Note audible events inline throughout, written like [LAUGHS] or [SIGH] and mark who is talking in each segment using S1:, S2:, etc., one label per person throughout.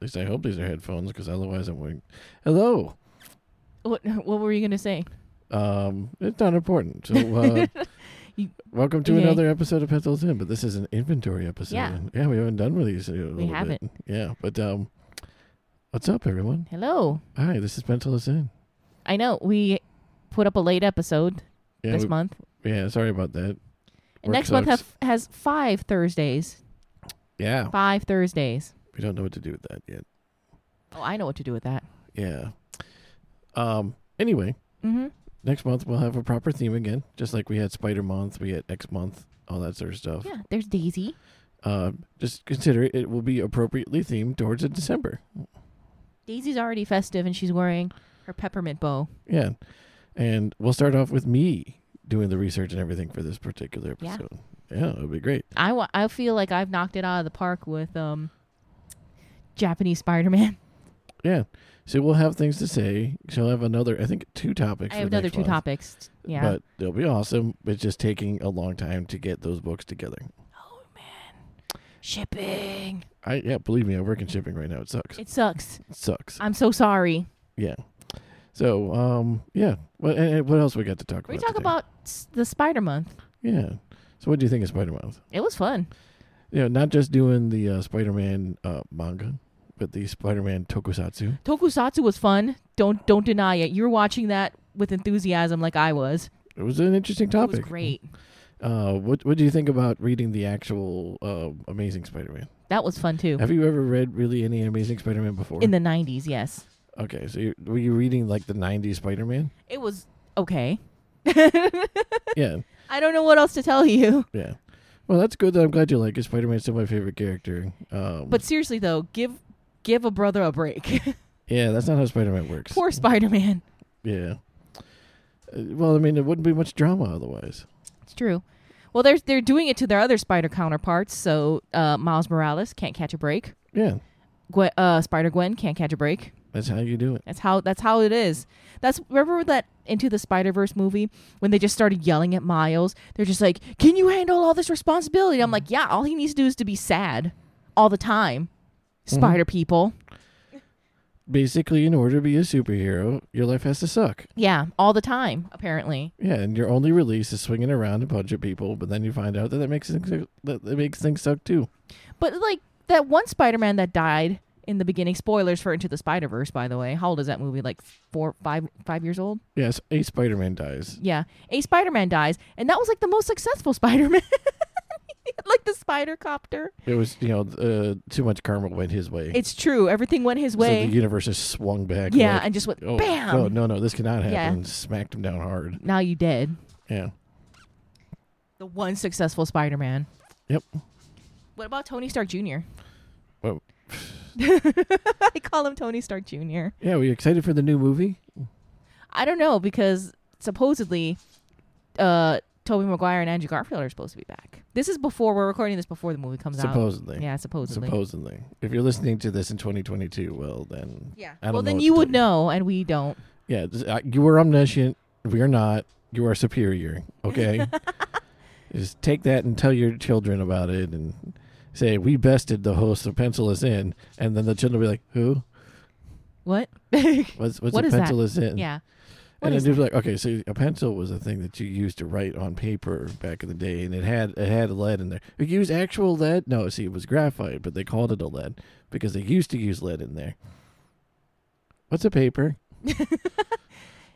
S1: least I hope these are headphones, because otherwise I wouldn't. Hello.
S2: What [LAUGHS] What were you gonna say?
S1: Um, it's not important.
S2: [LAUGHS]
S1: So, uh,
S2: You-
S1: welcome to
S2: okay.
S1: another episode of Pencils In, but this is an inventory episode.
S2: Yeah.
S1: and- yeah, we haven't done one of these. in A little Bit.
S2: haven't.
S1: Yeah, but um, what's up, everyone?
S2: Hello.
S1: Hi, this is Pencils In.
S2: I know we put up a late episode
S1: Yeah,
S2: this
S1: we-
S2: month.
S1: yeah. Sorry about that.
S2: And next
S1: Work
S2: month
S1: sucks.
S2: have, has five Thursdays.
S1: yeah,
S2: Five Thursdays.
S1: we don't know what to do with that yet.
S2: Oh, I know what to do with that.
S1: Yeah. Um. Anyway,
S2: Mm-hmm.
S1: next month we'll have a proper theme again, just like we had Spider Month, we had X Month, all that sort of stuff.
S2: Yeah. There's Daisy.
S1: Uh, just consider it, it will be appropriately themed towards a December.
S2: Daisy's already festive, and she's wearing her peppermint bow.
S1: Yeah. And we'll start off with me doing the research and everything for this particular
S2: Yeah.
S1: episode. Yeah, it'll be great.
S2: I wa- I feel like I've knocked it out of the park with um Japanese Spider Man.
S1: Yeah. So we'll have things to say. She'll have another, I think, two topics.
S2: I
S1: for
S2: have
S1: the
S2: another
S1: next
S2: two
S1: month.
S2: topics. Yeah.
S1: But they'll be awesome. It's just taking a long time to get those books together.
S2: Shipping.
S1: I yeah, believe me, I work in shipping right now. It sucks. It
S2: It sucks.
S1: sucks.
S2: I'm so sorry.
S1: yeah. So um yeah. What and, and what else we got to talk
S2: We
S1: about?
S2: talk
S1: today?
S2: about s- the Spider Month.
S1: yeah. So what do you think of Spider Mouth?
S2: It was fun.
S1: You know, not just doing the uh, Spider Man uh, manga, but the Spider Man tokusatsu.
S2: Tokusatsu was fun. Don't don't deny it. You're watching that with enthusiasm like I was.
S1: It was an interesting topic.
S2: It was great.
S1: Uh, what What do you think about reading the actual uh, Amazing Spider Man?
S2: That was fun too.
S1: Have you ever read really any Amazing Spider Man before?
S2: In the 90s, yes.
S1: okay, so you were you reading like the '90s Spider Man?
S2: It was okay. [LAUGHS]
S1: yeah,
S2: I don't know what else to tell you.
S1: yeah. Well, that's good. That I'm glad you like it. Spider Man's still my favorite character. Um,
S2: But seriously though, give give a brother a break. [LAUGHS]
S1: yeah, that's not how Spider Man works.
S2: Poor Spider-Man.
S1: Yeah. Uh, well, I mean, it wouldn't be much drama otherwise.
S2: It's true. Well, they're they're doing it to their other spider counterparts. So uh, Miles Morales can't catch a break.
S1: Yeah,
S2: Gwen, uh, Spider Gwen can't catch a break.
S1: that's how you do it.
S2: That's how that's how it is. That's remember that Into the Spider Verse movie when they just started yelling at Miles. They're just like, "Can you handle all this responsibility?" I'm like, "Yeah, all he needs to do is to be sad all the time."
S1: Mm-hmm.
S2: Spider people.
S1: Basically, in order to be a superhero, your life has to suck.
S2: Yeah, all the time apparently.
S1: Yeah, and your only release is swinging around a bunch of people, but then you find out that that makes things, that that makes things suck too.
S2: But like that one Spider Man that died in the beginning. Spoilers for Into the Spider Verse, by the way. How old is that movie? Like four, five, five years old.
S1: Yes, a Spider-Man dies.
S2: Yeah, a Spider Man dies, and that was like the most successful [LAUGHS] Spider Man. like the spider copter.
S1: It was you know uh, too much karma went his way.
S2: It's true. Everything went his way.
S1: So the universe just swung back.
S2: yeah,
S1: like,
S2: and just went
S1: oh
S2: bam.
S1: no, no, no, this cannot happen.
S2: Yeah.
S1: and Smacked him down hard.
S2: Now you dead.
S1: Yeah,
S2: The one successful Spider Man.
S1: Yep.
S2: What about Tony Stark Jr.?
S1: Well,
S2: [LAUGHS] I call him Tony Stark Jr.
S1: yeah. Were you excited for the new movie?
S2: I don't know because supposedly uh Toby Maguire and Andrew Garfield are supposed to be back. This is before we're recording this before the movie comes
S1: Supposedly.
S2: out. Yeah, supposedly.
S1: Supposedly, if you're listening to this in 2022, well then,
S2: yeah.
S1: I don't
S2: well,
S1: know
S2: then
S1: what
S2: you
S1: to
S2: would
S1: tell
S2: know, and we don't.
S1: yeah, this- I- you were omniscient. We are not. You are superior.
S2: [LAUGHS]
S1: Okay, just take that and tell your children about it, and say we bested the host of Pencil is in, and then the children will be like, who?
S2: What? [LAUGHS]
S1: What's what's
S2: What
S1: a
S2: is that?
S1: pencil is in?
S2: yeah. What
S1: And
S2: is
S1: then people are like, okay, so a pencil was a thing that you used to write on paper back in the day, and it had it had lead in there. You use actual lead? No, see, it was graphite, but they called it a lead because they used to use lead in there. What's a paper?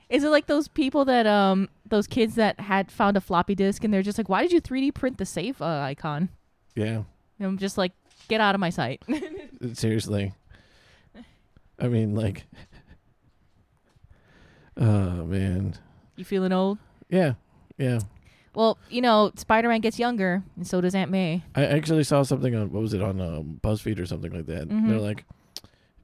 S2: Is it like those people that um those kids that had found a floppy disk and they're just like, why did you 3D print the safe uh, icon?
S1: Yeah,
S2: And I'm just like, get out of my sight. [LAUGHS]
S1: seriously. I mean, like, [LAUGHS] oh man,
S2: you feeling old?
S1: yeah, yeah.
S2: Well, you know, Spider Man gets younger, and so does Aunt May.
S1: I actually saw something on what was it on um, BuzzFeed or something like that.
S2: Mhm.
S1: They're like,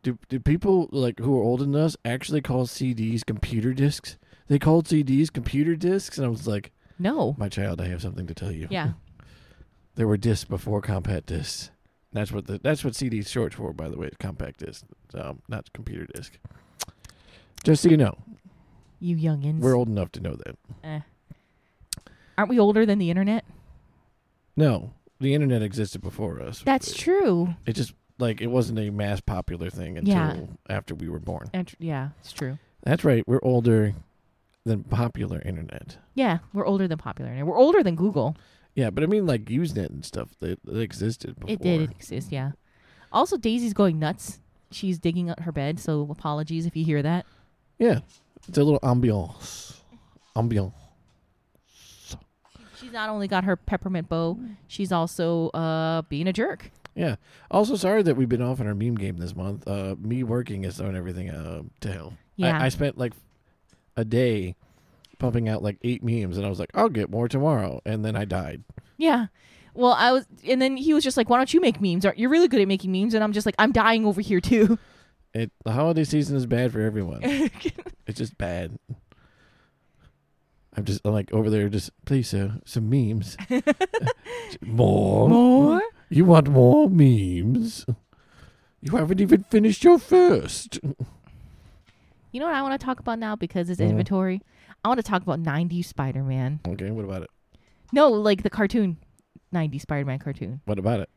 S1: do do people like who are older than us actually call CDs computer discs? They called CDs computer discs, and I was like,
S2: No.
S1: my child, I have something to tell you.
S2: Yeah.
S1: [LAUGHS] there were discs before compact discs. That's what the that's what CD is short for, by the way. Compact disc, um, not computer disc. Just so you know,
S2: You youngins.
S1: we're old enough to know that.
S2: Eh. Aren't we older than the internet?
S1: No, the internet existed before us.
S2: That's true.
S1: It just like it wasn't a mass popular thing until
S2: Yeah.
S1: after we were born.
S2: Ent- yeah, it's true.
S1: That's right. We're older than popular internet.
S2: Yeah, we're older than popular, and we're older than Google.
S1: Yeah, but I mean like Usenet and stuff that, that existed before.
S2: It did it exist. Yeah. Also, Daisy's going nuts. She's digging out her bed, so apologies if you hear that.
S1: Yeah. It's a little ambiance. Ambiance.
S2: She's not only got her peppermint bow, she's also uh being a jerk.
S1: Yeah. Also, sorry that we've been off on our meme game this month. Uh, me working has thrown everything uh, to hell.
S2: Yeah.
S1: I, I spent like a day pumping out like eight memes, and I was like, I'll get more tomorrow, and then I died.
S2: Yeah. Well, I was, and then he was just like, "Why don't you make memes? You're really good at making memes." And I'm just like, "I'm dying over here [LAUGHS] too."
S1: It the holiday season is bad for
S2: [LAUGHS]
S1: everyone. it's just bad. I'm just I'm like over there, just please sir, some
S2: [LAUGHS]
S1: memes. more,
S2: More?
S1: You want more memes? You haven't even finished your first.
S2: You know what I want to talk about now because it's
S1: Mhm.
S2: inventory. I want to talk about '90s Spider-Man.
S1: Okay, what about it?
S2: No, like the cartoon, '90s Spider-Man cartoon.
S1: What about it?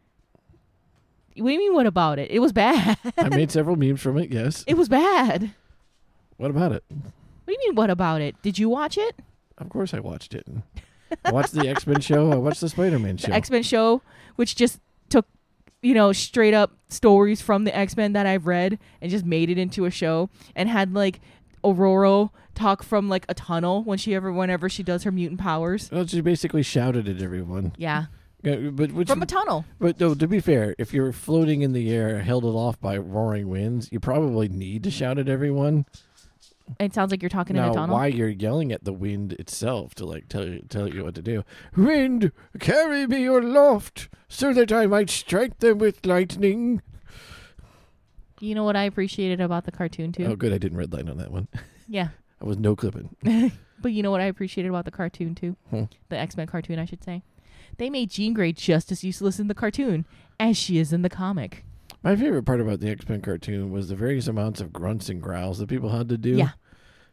S2: What do you mean? What about it? It was bad. [LAUGHS]
S1: I made several memes from it. Yes.
S2: it was bad.
S1: What
S2: What
S1: about it?
S2: do you mean? What about it? Did you watch it?
S1: Of course, I watched it. I watched the X Men show. I watched the Spider Man show.
S2: The X Men show, which just took, you know, straight up stories from the X Men that I've read and just made it into a show and had like Aurora talk from like a tunnel when she ever, whenever she does her mutant powers.
S1: well, Oh, she basically shouted at everyone.
S2: Yeah,
S1: Yeah, But which,
S2: from a tunnel.
S1: but no, to be fair, if you're floating in the air, held aloft by roaring winds, you probably need to shout at everyone.
S2: It sounds like you're talking in
S1: now,
S2: a tunnel.
S1: why you're yelling at the wind itself to like tell you tell you what to do? Wind, carry me aloft, so that I might strike them with lightning.
S2: You know what I appreciated about the cartoon too?
S1: Oh, good, I didn't red light on that one.
S2: Yeah,
S1: I was no clipping.
S2: but you know what I appreciated about the cartoon too?
S1: Hmm.
S2: The X Men cartoon, I should say. They made Jean Grey just as useless in the cartoon as she is in the comic.
S1: My favorite part about the X Men cartoon was the various amounts of grunts and growls that people had to do.
S2: Yeah.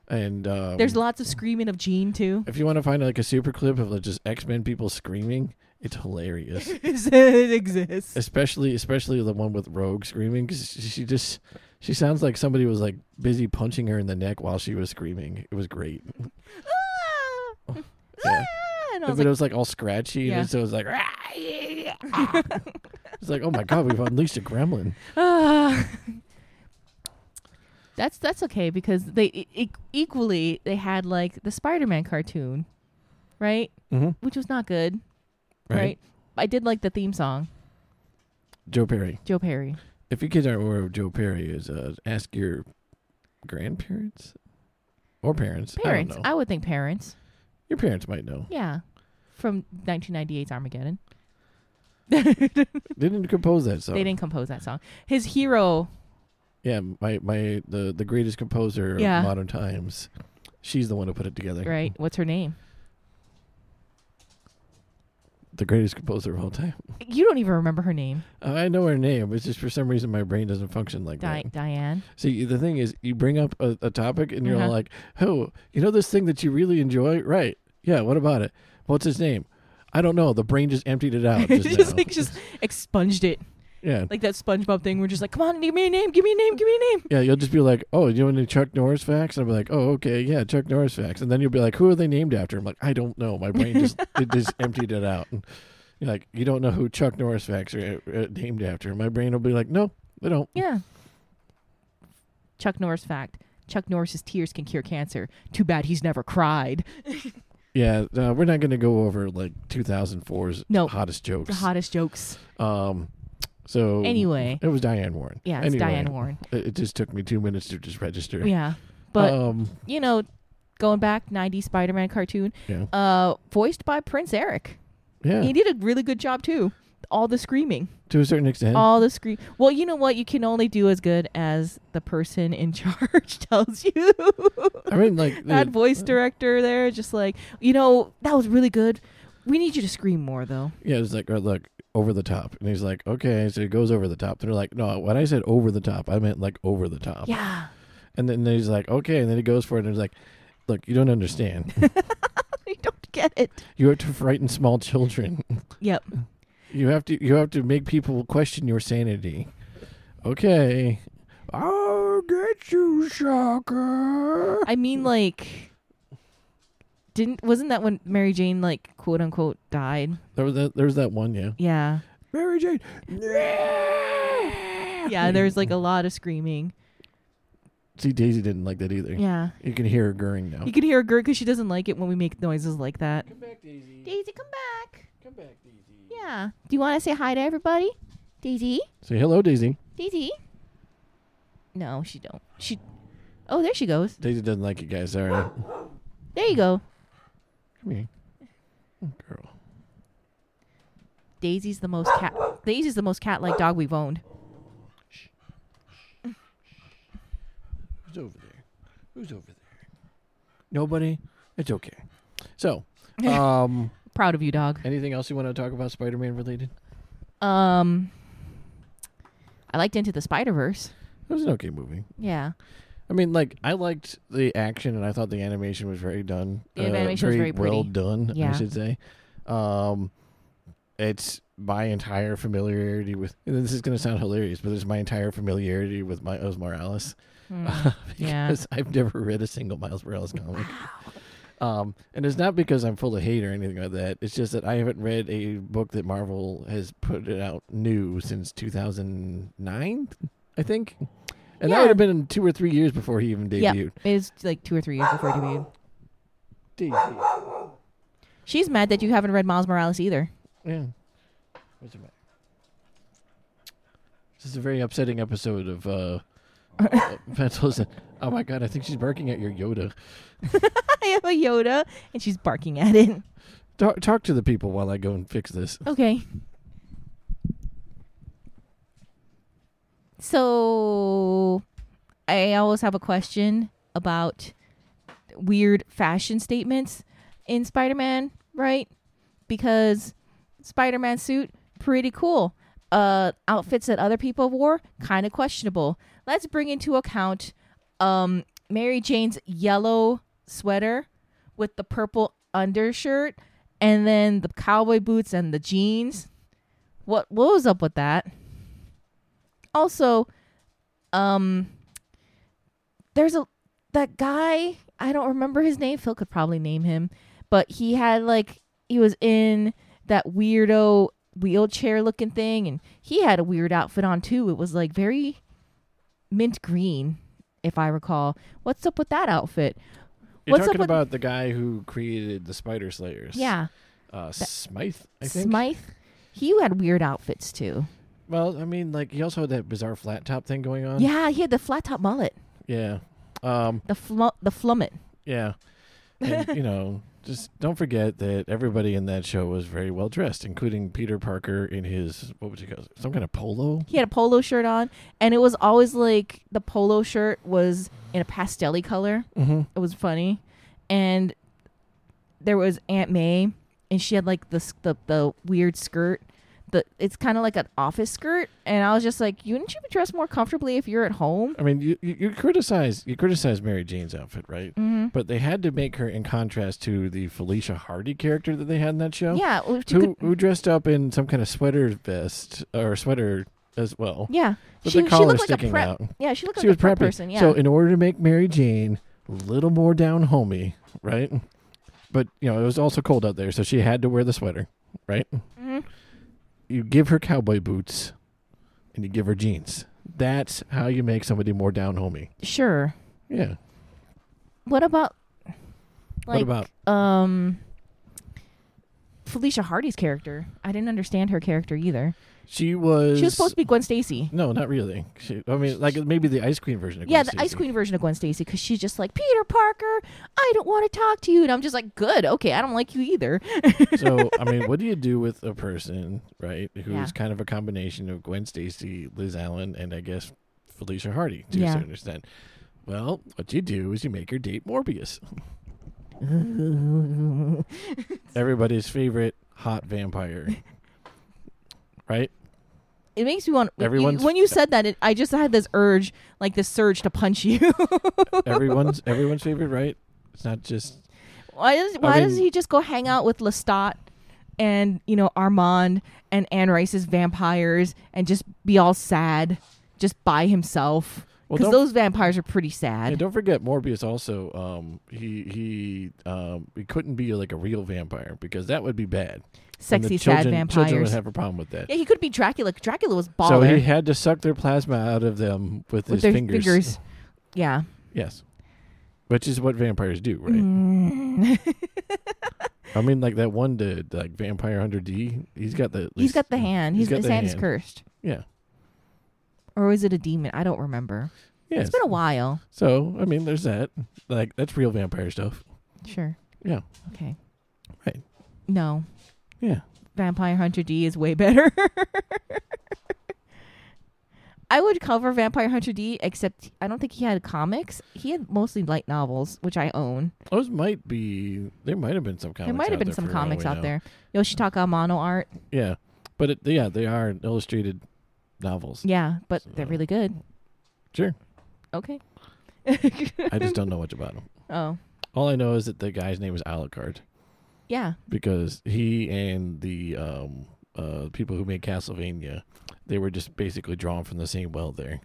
S1: and um,
S2: There's lots of screaming of Jean too.
S1: if you want to find like a super clip of like, just X Men people screaming, it's hilarious.
S2: [LAUGHS] it exists.
S1: especially especially the one with Rogue screaming because she just she sounds like somebody was like busy punching her in the neck while she was screaming. It was great.
S2: Ah!
S1: [LAUGHS] Yeah.
S2: Ah! And I
S1: But
S2: was
S1: it
S2: like,
S1: was like all scratchy,
S2: Yeah.
S1: and so it was
S2: [LAUGHS]
S1: like, "Ah, yeah, ah." it's like, oh my god, we've unleashed a gremlin.
S2: ah. [LAUGHS] that's that's okay because they e- e- equally they had like the Spider-Man cartoon, right?
S1: Mm-hmm.
S2: Which was not good, right? I did like the theme song,
S1: Joe Perry.
S2: Joe Perry.
S1: If you kids aren't aware of Joe Perry, is uh, ask your grandparents or parents.
S2: Parents,
S1: I
S2: I,
S1: don't know.
S2: would think parents.
S1: your parents might know.
S2: Yeah, from 1998's Armageddon.
S1: They didn't compose that song.
S2: They didn't compose that song. His hero,
S1: Yeah, my my the the greatest composer
S2: Yeah.
S1: of modern times. She's the one who put it together.
S2: right? What's her name?
S1: the greatest composer of all time. Uh,
S2: You don't even remember her name.
S1: I know her name. It's just for some reason my brain doesn't function like
S2: Di-
S1: that.
S2: Diane.
S1: See, the thing is, you bring up a, a topic and you're all
S2: Uh-huh.
S1: like, "Oh, you know this thing that you really enjoy, right? Yeah. What about it? What's his name? I don't know. The brain just emptied it
S2: [LAUGHS]
S1: out. Oh, Just,
S2: just
S1: now.
S2: like just expunged it
S1: yeah,
S2: like that SpongeBob thing. We're just like, come on, give me a name, give me a name, give me a name.
S1: yeah. You'll just be like, "Oh, you know any Chuck Norris facts?" And I'll be like, "Oh, okay, yeah, Chuck Norris facts." And then you'll be like, "Who are they named after?" I'm like, "I don't know. My brain
S2: [LAUGHS]
S1: just it just emptied it out." And you're like, "You don't know who Chuck Norris facts are uh, named after?" My brain will be like, "No, they don't."
S2: Yeah. Chuck Norris fact: Chuck Norris's tears can cure cancer. Too bad he's never cried.
S1: Yeah, uh, we're not going to go over like 2004's
S2: No.
S1: hottest jokes.
S2: The hottest jokes.
S1: um, so
S2: Anyway.
S1: it was Diane Warren.
S2: Yeah, it's
S1: Anyway,
S2: Diane Warren.
S1: It, it just took me two minutes to just register.
S2: Yeah, but
S1: um,
S2: you know, going back '90s Spider-Man cartoon,
S1: yeah,
S2: uh, voiced by Prince Eric.
S1: yeah,
S2: He did a really good job too. All the screaming,
S1: to a certain extent.
S2: all the scream. Well, you know what? You can only do as good as the person in [LAUGHS] charge tells you.
S1: I mean, like
S2: [LAUGHS] that
S1: the- uh,
S2: voice director there, just like, you know, that was really good. We need you to scream more, though.
S1: Yeah, it's like, oh, look, over the top. And he's like, okay. So he goes over the top. They're like, no, when I said over the top, I meant like over the top.
S2: Yeah. [LAUGHS]
S1: And then he's like, okay. And then he goes for it and he's like, look, you don't
S2: [LAUGHS]
S1: understand.
S2: You don't get it.
S1: you have to frighten small children.
S2: Yep.
S1: You have to you have to make people question your sanity. Okay. I'll get you, shocker.
S2: I mean, like, didn't wasn't that when Mary Jane like quote unquote died?
S1: There was that. There was that one. Yeah.
S2: Yeah,
S1: Mary Jane. [LAUGHS]
S2: yeah. There's like a lot of screaming.
S1: See, Daisy didn't like that either.
S2: Yeah,
S1: You can hear her gurring now.
S2: you can hear her gird because she doesn't like it when we make noises like that.
S1: Come back, Daisy.
S2: Daisy, come back.
S1: Come back, Daisy.
S2: Yeah. Do you want to say hi to everybody? Daisy,
S1: Say hello, Daisy.
S2: Daisy. No, she don't. She. Oh, there she goes.
S1: Daisy doesn't like it, guys. Sorry. Come
S2: There you go.
S1: here. Oh, Girl.
S2: Daisy's the most cat. Daisy's the most cat-like dog we've owned.
S1: Who's over there? Who's over there? Nobody? It's okay. [LAUGHS] So, um,
S2: Proud of you, dog.
S1: anything else you want to talk about Spider Man related?
S2: Um, I liked Into the Spider Verse.
S1: It was an okay movie.
S2: Yeah,
S1: I mean, like I liked the action, and I thought the animation was very done. Uh,
S2: The animation was very pretty.
S1: well done. I
S2: Yeah.
S1: should say. Um, it's my entire familiarity with. and this is going to sound hilarious, but it's my entire familiarity with my Os Morales.
S2: Hmm. yeah.
S1: because I've never read a single Miles Morales comic. Um, and it's not because I'm full of hate or anything like that. It's just that I haven't read a book that Marvel has put it out new since 2009, I think. And that
S2: Yeah.
S1: would have been two or three years before he even
S2: yeah.
S1: debuted.
S2: It was like two or three years before he debuted.
S1: Daisy.
S2: She's mad that you haven't read Miles Morales either.
S1: Yeah. What's it matter? This is a very upsetting episode of
S2: [LAUGHS]
S1: uh, uh, Pencils. Oh my god, I think she's barking at your Yoda.
S2: [LAUGHS] I have a Yoda, and she's barking at it.
S1: Talk, talk to the people while I go and fix this.
S2: Okay. So, I always have a question about weird fashion statements in Spider Man, right? Because Spider Man suit, pretty cool. Uh, outfits that other people wore, kind of questionable. Let's bring into account um, Mary Jane's yellow sweater with the purple undershirt and then the cowboy boots and the jeans. What what was up with that? Also, um there's a that guy, I don't remember his name, Phil could probably name him, but he had like he was in that weirdo wheelchair looking thing and he had a weird outfit on too. It was like very mint green, if I recall. What's up with that outfit?
S1: You're
S2: What's up
S1: talking
S2: with-
S1: about the guy who created the Spider Slayers.
S2: Yeah.
S1: Uh, Smythe, I think.
S2: Smythe. He had weird outfits too.
S1: Well, I mean, like, he also had that bizarre flat top thing going on.
S2: Yeah, he had the flat top mullet,
S1: Yeah. Um,
S2: the fl- the flummet.
S1: yeah.
S2: [LAUGHS]
S1: And, you know, just don't forget that everybody in that show was very well dressed, including Peter Parker in his, what would you call it? Some kind of polo?
S2: He had a polo shirt on, and it was always like the polo shirt was in a pastelly color.
S1: Mm-hmm.
S2: It was funny, and there was Aunt May, and she had like the s- the, the weird skirt. The it's kind of like an office skirt, and I was just like, you wouldn't you dress more comfortably if you're at home?
S1: I mean, you, you, you criticize you criticize Mary Jane's outfit, right?
S2: Mm-hmm.
S1: But they had to make her in contrast to the Felicia Hardy character that they had in that show.
S2: Yeah, well, she
S1: Who,
S2: could-
S1: who dressed up in some kind of sweater vest or sweater as well.
S2: yeah.
S1: But
S2: she,
S1: the
S2: she
S1: collar
S2: looked like
S1: sticking
S2: a prep.
S1: out.
S2: Yeah, she looked
S1: she was
S2: like a prep
S1: preppy.
S2: person. Yeah.
S1: So in order to make Mary Jane a little more down homey, right? But you know it was also cold out there, so she had to wear the sweater, right?
S2: Mhm.
S1: You give her cowboy boots, and you give her jeans. That's how you make somebody more down homey.
S2: Sure.
S1: Yeah.
S2: What about
S1: What
S2: like
S1: about-
S2: um Felicia Hardy's character? I didn't understand her character either.
S1: She was.
S2: She was supposed to be Gwen Stacy.
S1: No, not really. She, I mean, like maybe the ice queen version. of
S2: Yeah,
S1: Gwen
S2: the
S1: Stacy.
S2: Ice Queen version of Gwen Stacy cuz she's just like, "Peter Parker, I don't want to talk to you." And I'm just like, "Good. Okay, I don't like you either." [LAUGHS]
S1: so I mean, what do you do with a person, right, who's
S2: Yeah.
S1: kind of a combination of Gwen Stacy, Liz Allen, and I guess Felicia Hardy to a
S2: Yeah.
S1: certain extent? Well, what you do is you make her date
S2: [LAUGHS]
S1: Morbius, everybody's favorite hot vampire,
S2: [LAUGHS]
S1: right?
S2: it makes me want
S1: Everyone's-
S2: when you said that, it, I just had this urge, like this surge to punch you. [LAUGHS]
S1: Everyone's everyone's favorite, right? It's not just
S2: Why does why does
S1: mean-
S2: he just go hang out with Lestat and you know Armand and Anne Rice's vampires and just be all sad? just by himself.
S1: Well,
S2: Because
S1: don't-
S2: those vampires are pretty
S1: And
S2: sad.
S1: don't forget, Morbius also um, he he um, he couldn't be like a real vampire because that would be bad. And the
S2: Sexy, sad
S1: children, Children would
S2: vampires.
S1: have a problem with that.
S2: yeah, he could be Dracula. Dracula was baller
S1: So he had to suck their plasma out of them with,
S2: with
S1: his
S2: their
S1: fingers.
S2: Yeah.
S1: Yes, which is what vampires do, right?
S2: Mm.
S1: I mean, like that one dude, like Vampire Hunter D. He's got the
S2: [LAUGHS] he's got the hand.
S1: he's
S2: He's,
S1: got
S2: his
S1: the
S2: hand, is
S1: hand.
S2: cursed.
S1: Yeah,
S2: Or is it a demon? I don't remember.
S1: yes.
S2: It's been a while.
S1: So I mean, there's that. Like that's real vampire stuff.
S2: Sure.
S1: Yeah.
S2: Okay.
S1: Right.
S2: No.
S1: Yeah.
S2: Vampire Hunter D is way better. I would cover Vampire Hunter D, except I don't think he had comics. He had mostly light novels, which I own.
S1: Those might be. There might have been some comics.
S2: there might
S1: out
S2: have been
S1: there
S2: some
S1: for all
S2: comics
S1: we
S2: out
S1: know.
S2: there. Yoshitaka Amano art.
S1: Yeah, but it, yeah, they are illustrated
S2: [LAUGHS]
S1: novels.
S2: Yeah, but they're
S1: So-
S2: really good.
S1: Sure.
S2: Okay.
S1: I just don't know much about them.
S2: [LAUGHS] oh,
S1: All I know is that the guy's name is Alucard
S2: yeah.
S1: because he and the um, uh, people who made Castlevania, they were just basically drawn from the same well there.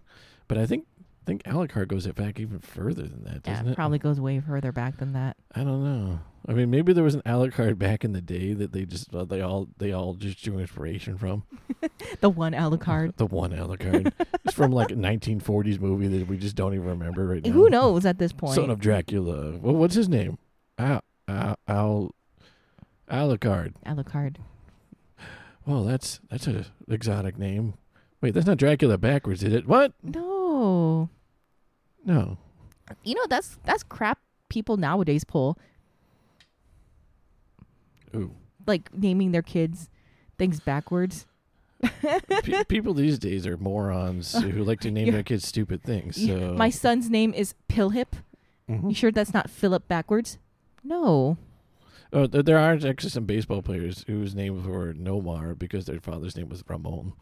S1: But I think I think Alucard goes it back even further than that,
S2: Yeah,
S1: doesn't it?
S2: probably goes way further back than that.
S1: I don't know. I mean, maybe there was an Alucard back in the day that they just uh, they all they all just drew inspiration from.
S2: The
S1: [LAUGHS]
S2: one Alucard.
S1: The one
S2: [LAUGHS]
S1: Alucard. it's from like a 1940s movie that we just don't even remember right now.
S2: Who knows at this point?
S1: Son of Dracula. Well, what's his name? Al, Al, Al Alucard.
S2: Alucard.
S1: Well, that's that's a exotic name. Wait, that's not Dracula backwards, is it? What?
S2: No.
S1: No.
S2: You know that's that's crap people nowadays pull
S1: Ooh.
S2: like naming their kids things backwards.
S1: Pe- [LAUGHS] people these days are morons
S2: [LAUGHS]
S1: who like to name
S2: Yeah.
S1: their kids stupid things.
S2: You-
S1: So
S2: My son's name is Pillhip. You
S1: Mhm.
S2: sure that's not Philip backwards? No.
S1: Oh, th- there are actually some baseball players whose names were Nomar because their father's name was Ramon.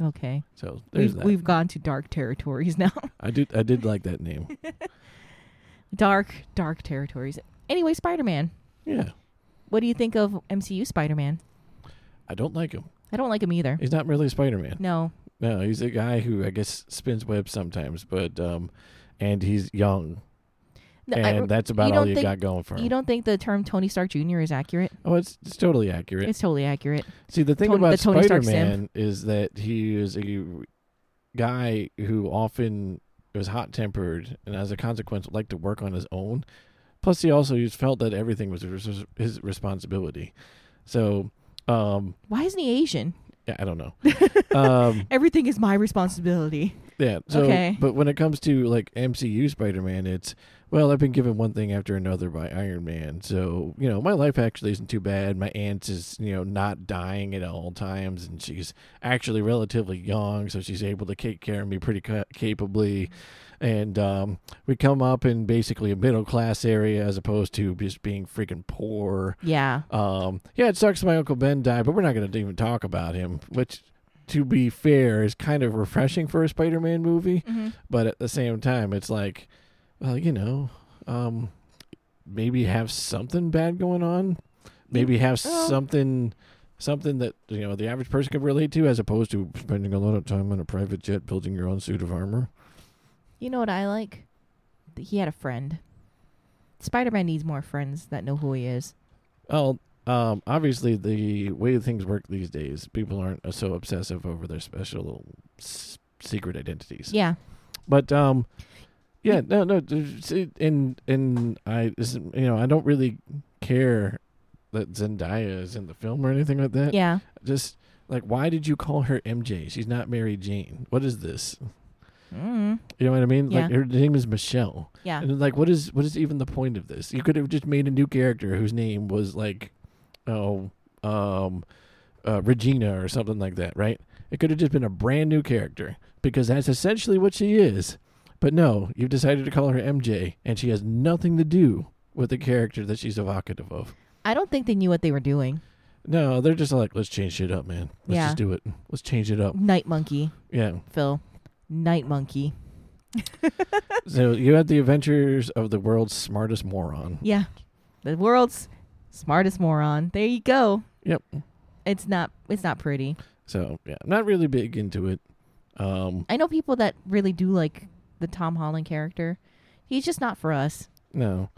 S2: Okay.
S1: So there's
S2: We've,
S1: that.
S2: we've gone to dark territories [LAUGHS] now.
S1: I do I did like that
S2: [LAUGHS]
S1: name.
S2: dark, dark territories. Anyway, Spider Man.
S1: yeah.
S2: What do you think of MCU Spider Man?
S1: I don't like him.
S2: I don't like him either.
S1: He's not really Spider-Man.
S2: No.
S1: No, he's a guy who I guess spins webs sometimes, but um, and he's young,
S2: No, I-
S1: and that's about
S2: you
S1: all
S2: don't
S1: you
S2: think-
S1: got going for him.
S2: you don't think the term Tony Stark Jr. is accurate?
S1: oh, it's it's totally accurate.
S2: It's totally accurate.
S1: See, the thing
S2: Tony-
S1: about
S2: the Tony Stark
S1: Spider-Man is that he is a guy who often was hot-tempered, and as a consequence, liked to work on his own. Plus, he also just felt that everything was his his responsibility. So, um,
S2: Why isn't he Asian?
S1: yeah, I don't
S2: [LAUGHS]
S1: know. um,
S2: Everything is my responsibility.
S1: Yeah. So,
S2: Okay.
S1: but when it comes to like MCU Spider-Man, it's well, I've been given one thing after another by Iron Man. So you know, my life actually isn't too bad. My aunt is you know not dying at all times, and she's actually relatively young, so she's able to take care of me pretty ca- capably. And um, we come up in basically a middle class area as opposed to just being freaking poor.
S2: Yeah.
S1: Um, yeah, it sucks my uncle Ben died, but we're not going to even talk about him. Which, to be fair, is kind of refreshing for a Spider-Man movie.
S2: Mm-hmm.
S1: But at the same time, it's like, well, you know, um, maybe have something bad going on. Maybe have
S2: Well-
S1: something, something that you know the average person could relate to, as opposed to spending a lot of time on a private jet building your own suit of armor.
S2: You know what I like? That He had a friend. Spider Man needs more friends that know who he is.
S1: Well, um, obviously, the way things work these days, people aren't uh, so obsessive over their special s- secret identities.
S2: Yeah.
S1: But um, yeah, no, no, there's- it- and and I, this is- you know, I don't really care that Zendaya is in the film or anything like that.
S2: Yeah.
S1: Just like, why did you call her MJ? She's not Mary Jane. What is this?
S2: mm
S1: You know what I mean? Like
S2: Yeah.
S1: her name is Michelle.
S2: Yeah.
S1: And like, what is what is even the point of this? You could have just made a new character whose name was like, oh, um, uh, Regina or something like that, right? It could have just been a brand new character because that's essentially what she is. But no, you've decided to call her MJ, and she has nothing to do with the character that she's evocative of.
S2: I don't think they knew what they were doing.
S1: No, they're just like, let's change shit up, man. Let's
S2: Yeah.
S1: just do it. Let's change it up.
S2: Night Monkey,
S1: Yeah.
S2: Phil. Night Monkey.
S1: So you had the adventures of the world's smartest moron.
S2: Yeah. The world's smartest moron. There you go.
S1: Yep.
S2: It's not it's not pretty.
S1: So yeah, I'm not really big into it. Um,
S2: I know people that really do like the Tom Holland character. He's just not for us.
S1: no,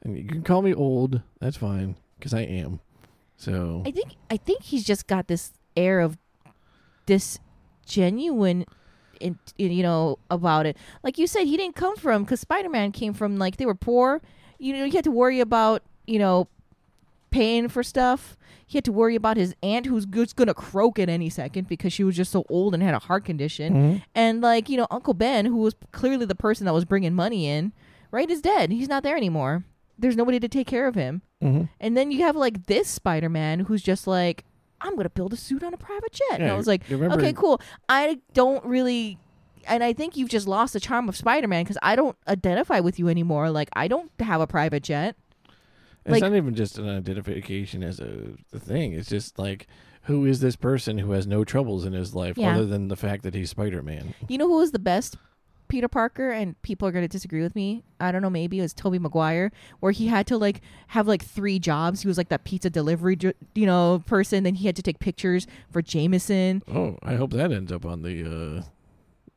S1: and you can call me old. That's fine because I am. So
S2: I think I think he's just got this air of disgenuine, in, you know, about it. Like you said, he didn't come from because Spider Man came from like they were poor. You know, he had to worry about you know paying for stuff. He had to worry about his aunt who's just gonna croak at any second because she was just so old and had a heart condition.
S1: Mhm.
S2: And like you know, Uncle Ben, who was clearly the person that was bringing money in, right, is dead. He's not there anymore. There's nobody to take care of him.
S1: mhm.
S2: And then you have like this Spider Man who's just like, I'm gonna build a suit on a private jet. and
S1: Yeah,
S2: I was like,
S1: you remember-
S2: okay, cool. I don't really, and I think you've just lost the charm of Spider Man because I don't identify with you anymore. Like, I don't have a private jet.
S1: it's
S2: like-
S1: not even just an identification as a, a thing. It's just like who is this person who has no troubles in his life
S2: Yeah.
S1: other than the fact that he's Spider Man?
S2: You know who was the best Peter Parker? And people are gonna disagree with me. I don't know. Maybe it was Tobey Maguire, where he had to like have like three jobs. He was like that pizza delivery, jo- you know, person. Then he had to take pictures for Jameson.
S1: Oh, I hope that ends up on the uh,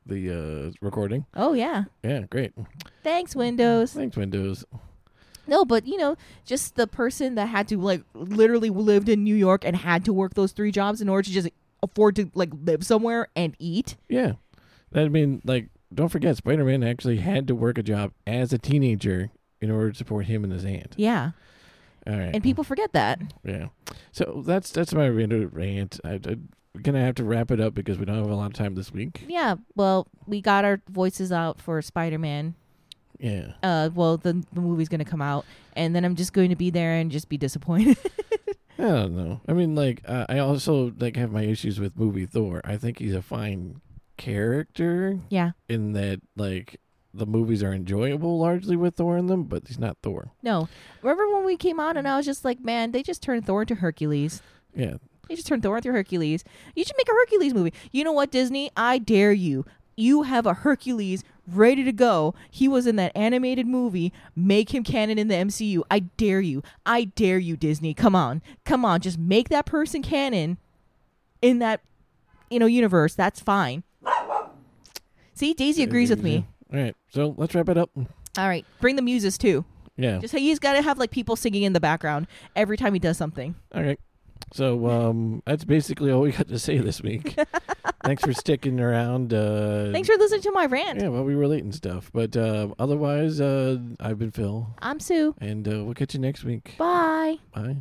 S1: the uh, recording.
S2: Oh yeah.
S1: Yeah, great.
S2: Thanks, Windows.
S1: Thanks, Windows.
S2: No, but you know, just the person that had to like literally lived in New York and had to work those three jobs in order to just afford to like live somewhere and eat.
S1: Yeah. I mean, like, don't forget, Spider Man actually had to work a job as a teenager in order to support him and his aunt.
S2: Yeah.
S1: All right.
S2: And people forget that.
S1: yeah. So that's that's my rant. rant. I, I'm going to have to wrap it up because we don't have a lot of time this week.
S2: Yeah. Well, we got our voices out for Spider Man.
S1: Yeah.
S2: Uh well the, the movie's gonna come out and then I'm just going to be there and just be disappointed. [LAUGHS]
S1: I don't know. I mean, like, uh, I also, like, have my issues with movie Thor. I think he's a fine character
S2: yeah.
S1: in that, like, the movies are enjoyable largely with Thor in them, but he's not Thor.
S2: No. Remember when we came out and I was just like, Man, they just turned Thor into Hercules.
S1: Yeah.
S2: You should turn Thor into Hercules. You should make a Hercules movie. You know what, Disney? I dare you. You have a Hercules ready to go. He was in that animated movie. Make him canon in the MCU. I dare you. I dare you, Disney. Come on. Come on. Just make that person canon in that, you know, universe. That's fine. See, Daisy agrees with me.
S1: All right. So let's wrap it up.
S2: All right. Bring the muses too.
S1: Yeah.
S2: Just he's got to have like people singing in the background every time he does something.
S1: Okay. So um, that's basically all we got to say this
S2: [LAUGHS]
S1: week. Thanks for sticking around. Uh,
S2: Thanks for listening to my rant.
S1: Yeah, well, we were late and stuff, but uh, otherwise, uh, I've been Phil,
S2: I'm Sue.
S1: and uh, we'll catch you next week.
S2: Bye.
S1: Bye.